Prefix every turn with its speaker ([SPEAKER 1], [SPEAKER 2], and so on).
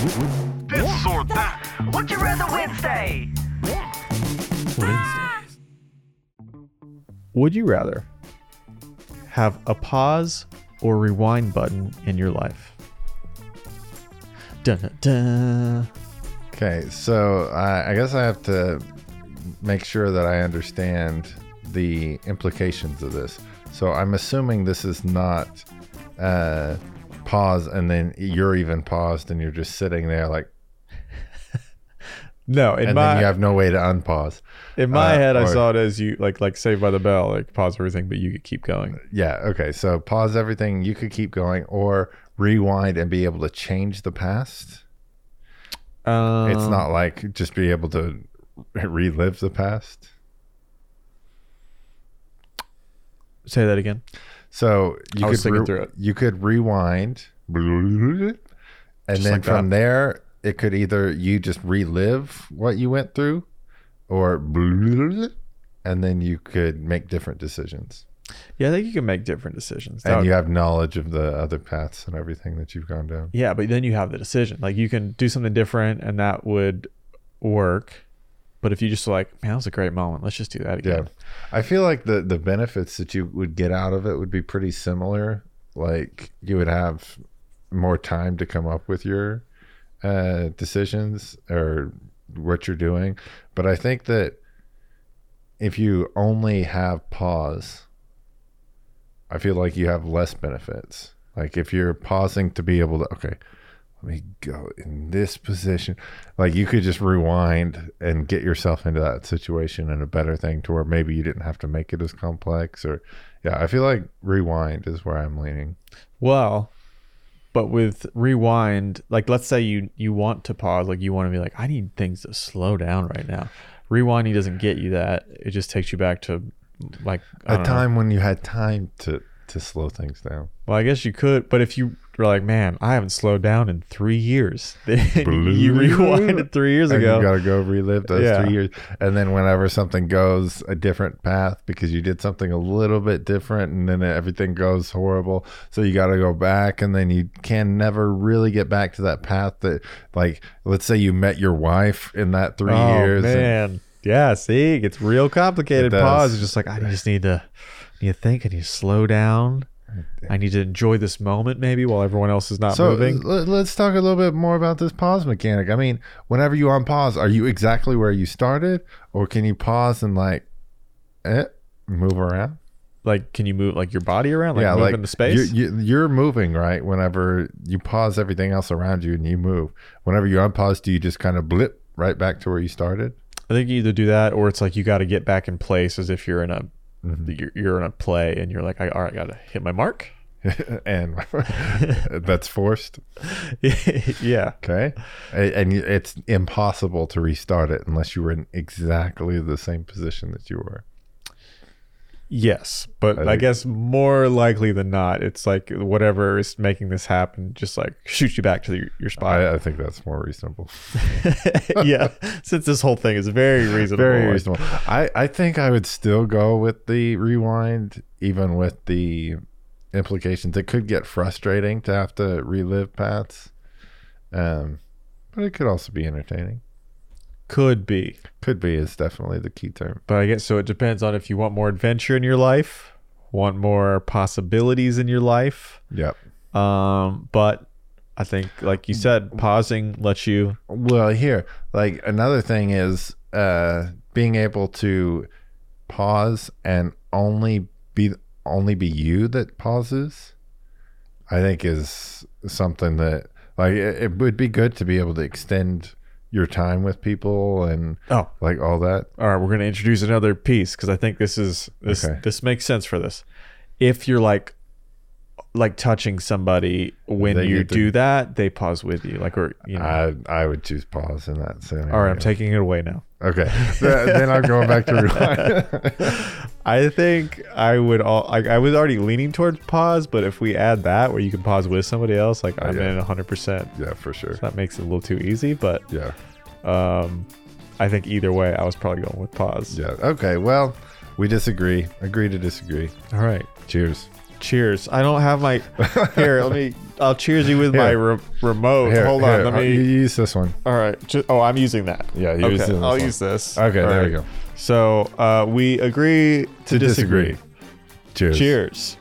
[SPEAKER 1] This or that. Would you rather Wednesday?
[SPEAKER 2] Wednesdays.
[SPEAKER 3] Would you rather have a pause or rewind button in your life? Dun, dun, dun.
[SPEAKER 4] Okay, so I I guess I have to make sure that I understand the implications of this. So I'm assuming this is not uh, pause and then you're even paused and you're just sitting there like,
[SPEAKER 3] No, in
[SPEAKER 4] and
[SPEAKER 3] my
[SPEAKER 4] then you have no way to unpause.
[SPEAKER 3] in my
[SPEAKER 4] uh,
[SPEAKER 3] head, I
[SPEAKER 4] or-
[SPEAKER 3] saw it as you like like Saved by the Bell, like pause everything, but you could keep going.
[SPEAKER 4] Yeah, okay. So pause everything. You could keep going or rewind and be able to change the past.
[SPEAKER 3] Um,
[SPEAKER 4] it's not like just be able to relive the past.
[SPEAKER 3] Say that again.
[SPEAKER 4] So
[SPEAKER 3] I
[SPEAKER 4] you could
[SPEAKER 3] was thinking
[SPEAKER 4] re-
[SPEAKER 3] through it.
[SPEAKER 4] You could rewind, and then
[SPEAKER 3] like
[SPEAKER 4] from
[SPEAKER 3] that.
[SPEAKER 4] there, it could either you just relive what you went through, or and then you could make different decisions,
[SPEAKER 3] Yeah, I think you can make different decisions. That
[SPEAKER 4] and
[SPEAKER 3] would-
[SPEAKER 4] you have knowledge of the other paths and everything that you've gone down.
[SPEAKER 3] yeah, but then you have the decision. Like you can do something different, and that would work. But if you just like, man, that was a great moment. Let's just do that
[SPEAKER 4] Yeah,
[SPEAKER 3] again.
[SPEAKER 4] I feel like the the benefits that you would get out of it would be pretty similar. Like you would have more time to come up with your uh, decisions or what you're doing, but I think that if you only have pause, I feel like you have less benefits. Like if you're pausing to be able to okay. Let me go in this position. Like you could just rewind and get yourself into that situation and a better thing to where maybe you didn't have to make it as complex or yeah, I feel like rewind is where I'm leaning.
[SPEAKER 3] Well, but with rewind, like let's say you you want to pause, like you want to be like, I need things to slow down right now. Rewinding doesn't get you that. It just takes you back to like I
[SPEAKER 4] A
[SPEAKER 3] don't know.
[SPEAKER 4] time when you had time to to slow things down.
[SPEAKER 3] Well, I guess you could, but if you were like, man, I haven't slowed down in three years, then you rewinded three years
[SPEAKER 4] And
[SPEAKER 3] ago.
[SPEAKER 4] you gotta go relive those
[SPEAKER 3] Yeah.
[SPEAKER 4] three years. And then whenever something goes a different path because you did something a little bit different and then everything goes horrible. So you gotta go back and then you can never really get back to that path that like let's say you met your wife in that three
[SPEAKER 3] oh
[SPEAKER 4] years. and-
[SPEAKER 3] man, yeah. See, it gets real complicated.
[SPEAKER 4] It does.
[SPEAKER 3] Pause. It's just like I just need to, need to think. I need to slow down. I need to enjoy this moment, maybe, while everyone else is not
[SPEAKER 4] so
[SPEAKER 3] moving.
[SPEAKER 4] l- let's talk a little bit more about this pause mechanic. I mean, whenever you on pause, are you exactly where you started, or can you pause and like, eh, move around?
[SPEAKER 3] like can you move like your body around like move into space
[SPEAKER 4] You're, you- you're moving right. Whenever you pause everything else around you and you move, whenever you unpause, do you just kind of blip right back to where you started?
[SPEAKER 3] i think you either do that or it's like you got to get back in place as if you're in a you're, you're in a play and you're like I, all right gotta hit my mark
[SPEAKER 4] and that's forced.
[SPEAKER 3] yeah
[SPEAKER 4] Okay, A- and you- it's impossible to restart it unless you were in exactly the same position that you were.
[SPEAKER 3] yes but i,
[SPEAKER 4] think-
[SPEAKER 3] guess more likely than not it's like whatever is making this happen just like shoots you back to your, your spot
[SPEAKER 4] I, I think that's more reasonable.
[SPEAKER 3] yeah since this whole thing is very reasonable
[SPEAKER 4] Very
[SPEAKER 3] like-
[SPEAKER 4] reasonable. I, I think I would still go with the rewind, even with the implications. It could get frustrating to have to relive paths, um, but it could also be entertaining.
[SPEAKER 3] could be
[SPEAKER 4] Could be is definitely the key term.
[SPEAKER 3] But I guess so. It depends on if you want more adventure in your life, want more possibilities in your life.
[SPEAKER 4] Yep.
[SPEAKER 3] Um, but I think, like you said, pausing lets you.
[SPEAKER 4] Well, here, like another thing is uh, being able to pause and only be only be you that pauses. I think is something that like it, it would be good to be able to extend your time with people and
[SPEAKER 3] Oh,
[SPEAKER 4] like all that.
[SPEAKER 3] all right. We're gonna introduce another piece because I think this is this
[SPEAKER 4] Okay.
[SPEAKER 3] this makes sense for this. If you're like like touching somebody when
[SPEAKER 4] They
[SPEAKER 3] you
[SPEAKER 4] get to-
[SPEAKER 3] do that, they pause with you. Like or you know.
[SPEAKER 4] I I would choose pause in that scenario.
[SPEAKER 3] all right, I'm taking it away now.
[SPEAKER 4] okay. Th- then I'm going back to rewind.
[SPEAKER 3] I think I would all like I was already leaning towards pause, but if we add that where you can pause with somebody else, like I'm
[SPEAKER 4] yeah.
[SPEAKER 3] in 100. percent
[SPEAKER 4] yeah, for sure.
[SPEAKER 3] That makes it a little too easy, but
[SPEAKER 4] Yeah.
[SPEAKER 3] um, I think either way, I was probably going with pause.
[SPEAKER 4] Yeah. Okay. Well, we disagree. Agree to disagree.
[SPEAKER 3] All right.
[SPEAKER 4] Cheers.
[SPEAKER 3] Cheers. I don't have my here. Let me. I'll cheers you with my
[SPEAKER 4] Here.
[SPEAKER 3] re- remote.
[SPEAKER 4] Here,
[SPEAKER 3] Hold
[SPEAKER 4] here,
[SPEAKER 3] on.
[SPEAKER 4] uh,
[SPEAKER 3] Let
[SPEAKER 4] you
[SPEAKER 3] me.
[SPEAKER 4] use this one.
[SPEAKER 3] All right. Ju- oh, I'm using that.
[SPEAKER 4] Yeah,
[SPEAKER 3] Okay,
[SPEAKER 4] use this
[SPEAKER 3] I'll
[SPEAKER 4] one.
[SPEAKER 3] use this.
[SPEAKER 4] Okay,
[SPEAKER 3] All
[SPEAKER 4] there
[SPEAKER 3] right.
[SPEAKER 4] we go.
[SPEAKER 3] So uh, we agree to, disagree.
[SPEAKER 4] Cheers.
[SPEAKER 3] Cheers.